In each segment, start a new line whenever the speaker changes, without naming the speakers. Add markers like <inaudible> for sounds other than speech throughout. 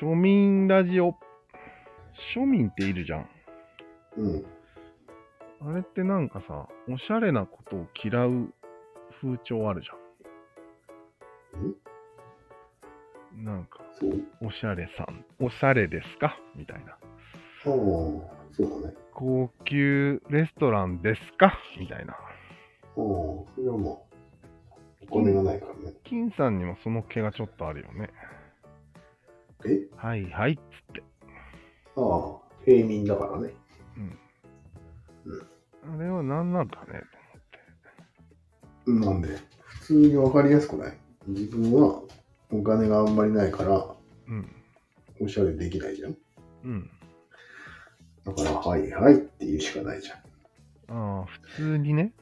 庶民ラジオ。庶民っているじゃん。
うん。
あれってなんかさ、おしゃれなことを嫌う風潮あるじゃん。なんか、
そう。
おしゃれさん、おしゃれですかみたいな。
ああ、そうだね。
高級レストランですかみたいな。
ああ、それはもう、お金がないからね。
金さんにもその気がちょっとあるよね。
え
はいはいっつって。
ああ、平民だからね。
あれは何なんかね。
なんで普通にわかりやすくない自分はお金があんまりないから、
うん。
おしゃれできないじゃん。
うん。
だから、はいはいって言うしかないじゃん。
ああ、普通にね。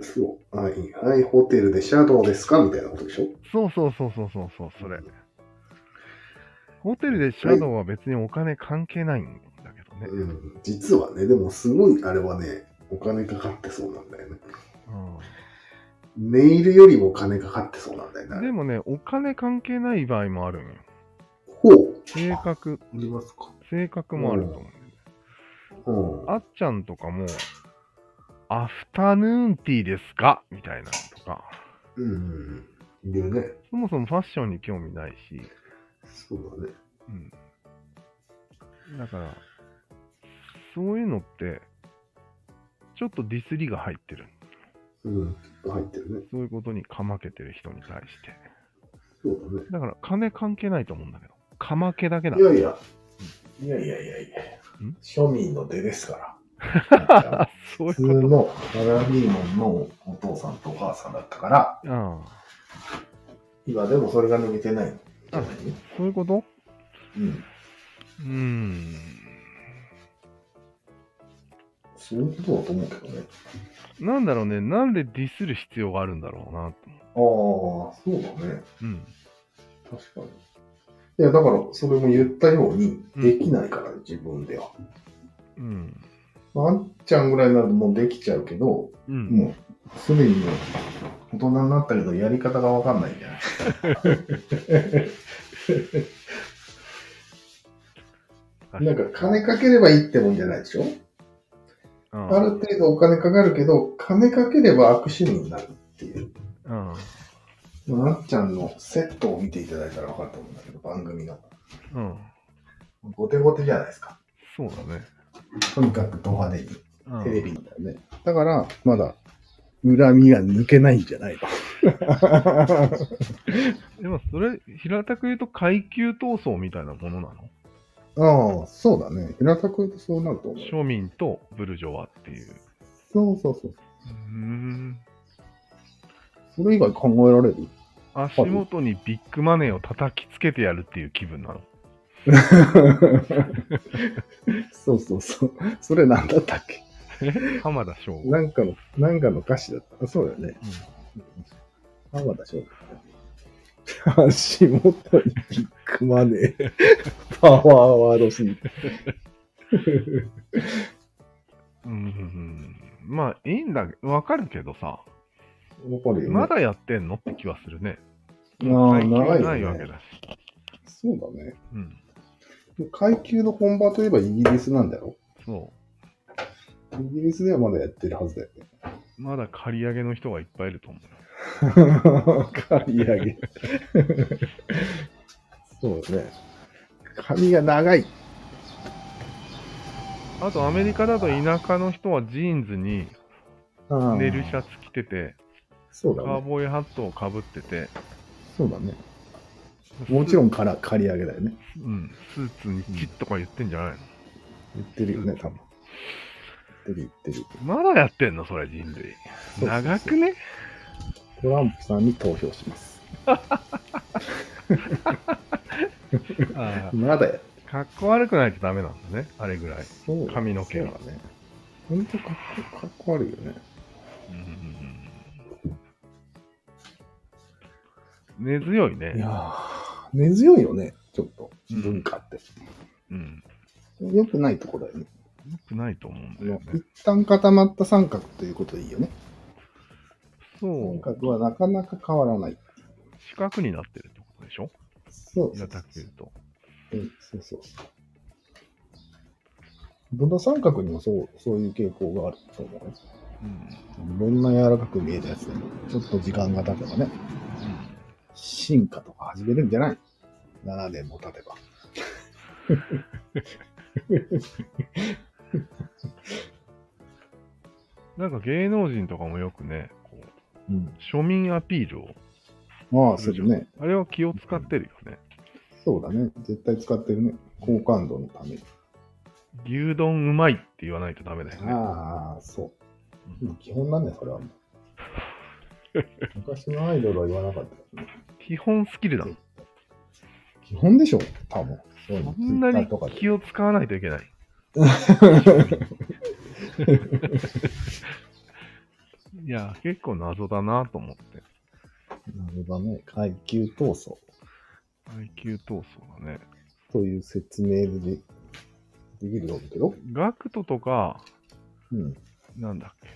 そう。はいはい、ホテルでシャドウですかみたいなことでしょ
そうそうそうそうそうそう、それ。ホテルでシャドウは別にお金関係ないんだけどね。
うん。実はね、でもすごいあれはね、お金かかってそうなんだよね。ネイルよりもお金かかってそうなんだよね
うん、
あれ
で。もね、お金関係ない場合もあるんよ。
ほう。
性
あ
格、
りますか。
性格もあると思う。
うん。
あっちゃんとかも、アフタヌーンティーですかみたいなのとか。
うん。いるね。
そもそもファッションに興味ないし。
そうだね。
うん。だから、そういうのって、ちょっとディスりが入ってる。
うん。入ってるね。
そういうことにかまけてる人に対して。
そうだね。。
だから金関係ないと思うんだけど。かまけだけない
やいや、いやいやいやいや
ん、
庶民の出ですか
あ
ら。
<laughs> そういう
普通
こ
のサラリーマンのお父さんとお母さんだったから、
と。ああ、
今でもそれが抜けてないの。
あそういうこと
うん。
うーん。
そういうことだと思うけどね。
なんだろうね。なんでディスる必要があるんだろうなと。
ああ、そうだね。
うん。
確かに。いや、だから、それも言ったように、
うん
できないから、自分では。
うん。
まああんちゃんぐらいになるともうできちゃうけど、
うん。
もう、すでにもう大人になったけど、やり方がわかんないんじゃないなんか、金かければいいってもんじゃないでしょ
うん、
ある程度お金かかるけど、金かければ悪趣味になるっていう。
うん。
なっちゃんのセットを見ていただいたらわかると思うんだけど、番組の。
うん。
ゴテゴテじゃないですか。
そうだね。
とにかくド派手に。
うん
テレビだよね。だから、まだ、恨みが抜けないんじゃないの
でもそれ、平たく言うと階級闘争みたいなものなの
<laughs> ああ、そうだね。平たく言うとそうなると思う。
庶民とブルジョワっていう。
そうそうそう。
うーん。
それ以外考えられる
足元にビッグマネーを叩きつけてやるっていう気分
<laughs>
なの。
<laughs> そうそうそう。それなんだったっけ
浜田省吾。
なんかの、なんかの歌詞だった。そうだよね。浜田翔太だね。足元にビッグマネー。パワーワードすぎて。
うんうんうんまあいいんだけど、わかるけどさ、
わかるよね。
まだやってんのって気はするね。
ああ
最近
長いよね
ないわけだし。
そうだね。
うん。
階級の本場といえばイギリスなんだよ。
そ
イギリスではまだやってるはずだよね。
う。まだ借り上げの人がいっぱいいると思うよ。
刈り上げ。そうだね。髪が長い。
あとアメリカだと田舎の人はジーンズに
ああ
ネルシャツ着てて、
そう
カ
だ
ー
ね。
ボーイハットをかぶってて、
そうだね。もちろんから刈り上げだよね。
うん、スーツにチッとか言ってんじゃないの、
言ってるよね、多分。言ってる言ってる。
まだやってんのそれ人類。
そうそうそう
長く
<laughs>
ね
トランプさんに投票します。
あ
まだや。
あかっこ悪くないとダメなんだね、あれぐらい。
そう
髪の毛が
そうだね。ほんとかっこかっこ悪いよね。
うん根強い
いや
ね。
ー、根強いよね、ちょっと。
うん
文化って。
うん。
良くないとこだよね。
よくないと思うん
あ
だ
の
よね。
一旦固まった三角ということでいいよね。
そ
三
う。
角はなかなか変わらない。
四角になってるってことでしょ
そう
平たく言うと。
うん、そうそうそう。ドナ三角にもそう、そういう傾向があると思うね。
うん。
どんな柔らかく見えたやつでも、ちょっと時間が経てばね、進化とか始めるんじゃない ?7 年も経てば。
なんか芸能人とかもよくね、こう
うん。
庶民アピールを。
まあ、するね。
あれは気を使ってるよね。
そうだね。絶対使ってるね。好感度のために。
牛丼うまいって言わないとダメだよね。
ああ、そうう。
ん
もう基本なんだよ、それ <laughs> はもう。昔のアイドルは言わなかったけどね。
基本スキルだもん。
基本でしょ、多分。そういうの
そんな
Twitter
に
とかで
気を使わないといけ
<laughs>
ない。いや、結構謎だなと思って。
なるほどね。階級闘争
IQ 闘争だね。
という説明でできると思うけど。
ガクトとか、
うん。
なんだっけ。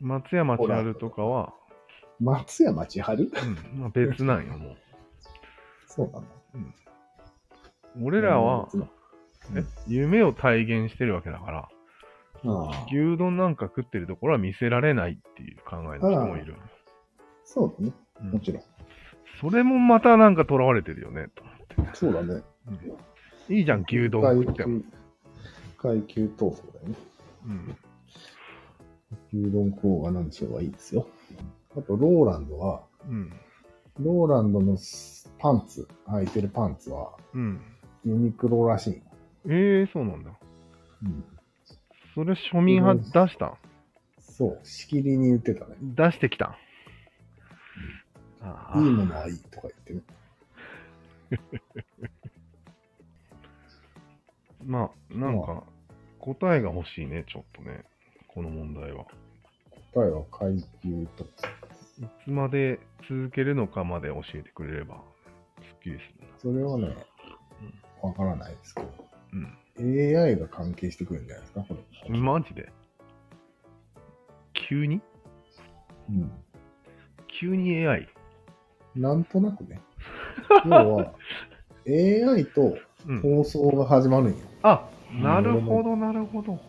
松山千春とかは、
松山千春 <laughs>
うんまあ、別なんよ、も
そうなんだ。
う。俺らは、
うん
え夢を体現してるわけだから、
ああ。
牛丼なんか食ってるところは見せられないっていう考えの人もいる。
そうだね。
うん
もちろん。
それもまたなんか囚われてるよね、と思って。
そうだね。
いいじゃん、牛丼食っても。
階級階級闘争だよね。
うん
牛丼食おうが何しようがいいですよ。あと、ローランドは、
うん。
ローランドのパンツ、履いてるパンツは、
うん。
ユニクロらしい。
ええそうなんだ。
うん、
それ庶民派出した
そう、しきりに言ってたね。
ん出してきたんああ
いいものはいいとか言ってね。
まあ、なんか、答えが欲しいね、ちょっとね。この問題は。
答えは階級と。
いつまで続けるのかまで教えてくれれば、すっきりする
それはね、わからないですけど。
な。
AI が関係してくるんじゃないですか、これ。
うん。マジで急に
うん
急に AI?
なんとなくね。要は、AI と
うん。
放送が始まるんよ。
あ、なるほど、なるほど。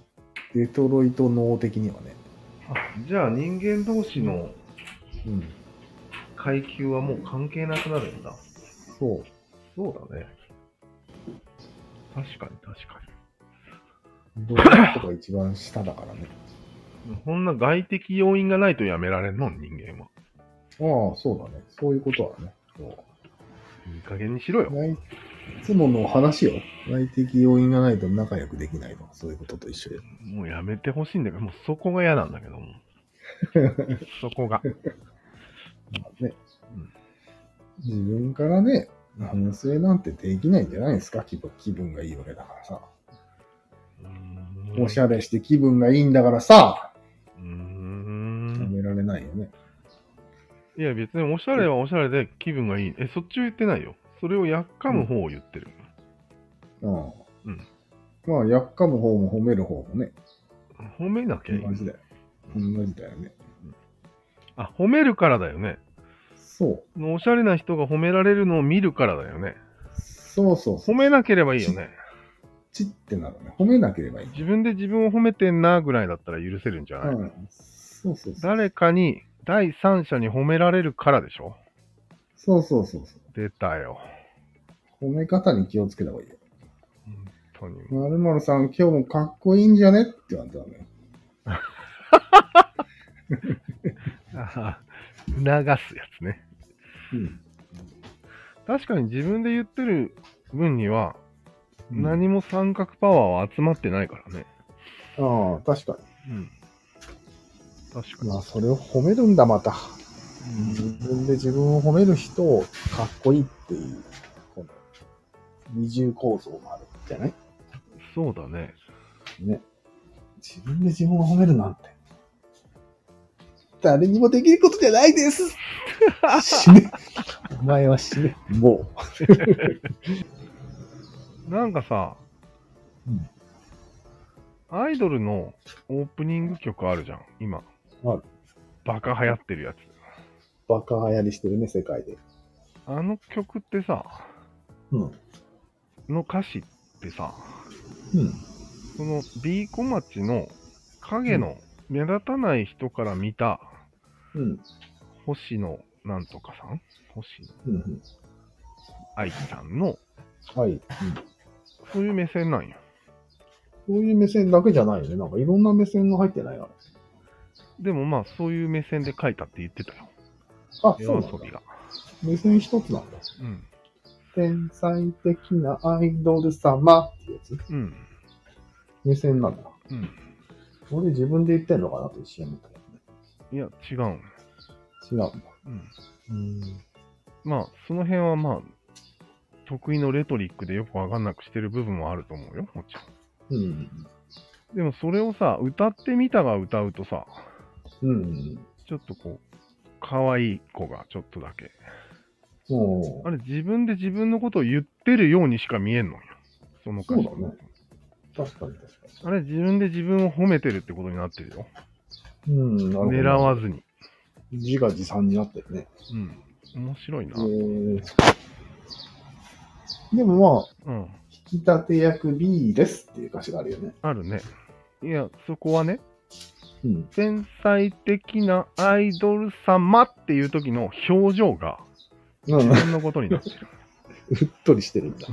デトロイト脳的にはね。
あじゃあ人間同士の
うん。
階級はもう関係なくなるんだ。
そう。
そうだね。確かに確か
ドラッとか一番下だからね。
に。こんな外的要因がないとやめられんの、人間は。
ああ、そうだね。そういうことはね。
いい加減にしろよ。
ないいつもの話よ。内的要因がないと仲良くできないの。そういうことと一緒よ。
もうやめてほしいんだけど、もうそこが嫌なんだけども。
<laughs>
そこが。
まあね
うん。
自分からね、反省なんてできないんじゃないですか気分気分がいいわけだからさ。
うーん
おしゃれして気分がいいんだからさ、
うー
や
ん。
められないよね。
いや、別におしゃれはおしゃれで気分がいい。え、そっちを言ってないよ。それをやっかむ方を言ってる。
うん。
うん
まあ、やっかむ方も褒める方もね、
褒めなきゃいい。
同じだよ。同じだよね。
あ、褒めるからだよね。
そう。
おしゃれな人が褒められるのを見るからだよね。
そうそうそ
褒
う。
めなければいいよね。
ちってなるね。褒めなければいい。
自分で自分を褒めてんなぐらいだったら許せるんじゃない、
うん。そうそうそう。
誰かに、第三者に褒められるからでしょ
そうそうそうそ
出たよ。
う。褒め方に気をつけた方がいいよ。
本当に。
まるまるさん、今日もかっこいいんじゃねって言われたらね。
<laughs> あー流すやつね。
うん。
確かに自分で言ってる分には、
うん
何も三角パワーは集まってないからね。
ああ、確か
うん。確か
に。
に。
まあ、それを褒めるんだ、また。自分で自分を褒める人をかっこいいっていう、この二重構造もあるんじゃない
そうだね。
ね。自分で自分を褒めるなんて。誰にもできることじゃないです死ね。お前は死ね。も
なんかさ、
うん
アイドルのオープニング曲あるじゃん、今。
ある
バカ流行ってるやつ。
う、バカ流行りしてるね、世界で。
あの曲ってさ、
うん。
の歌詞ってさ、
うん。
その B 小町の影の目立たない人から見た
うん。
星野なんとかさん星野
うん。うん。
愛知さんの、
はい。うん。
そういう目線なんよ。
そういう目線だけじゃないよね。なんかいろんな目線が入ってないな。
でもまあ、そういう目線で書いたって言ってたよ。
あ、そう
夜
なん
遊
だ
び。が。
目線一つなんだ。
うん。
天才的なアイドル様ってやつ。
うん。
目線なんだ。
うん。
俺自分で言ってんのかなと一瞬思ったけ
いや、違うん。
どね。違うんだ。
うん。
うん。
まあ、その辺はまあ、得意のレトリックでよくわかんなくしてる部分もあると思うよ、もちろ
うん。
ん。でもそれをさ、歌ってみたが歌うとさ、
うん。
ちょっとこう、可愛い子がちょっとだけ。
も
あれ、自分で自分のことを言ってるようにしか見えんのよ。その歌詞
そうだねう、確かに確か
あれ、自分で自分を褒めてるってことになってるよ。
に。うん、なるほど。
狙わずに。
自画自賛になってるね。
うん。面白いな。
えーでもまあ、
うん。
引き立て役 B ですっていう歌詞があるよね。
あるね。いや、そこはね、
うん。
天才的なアイドル様っていう時の表情が
うん、う
自分のことになってる。
っとりしてるんだ。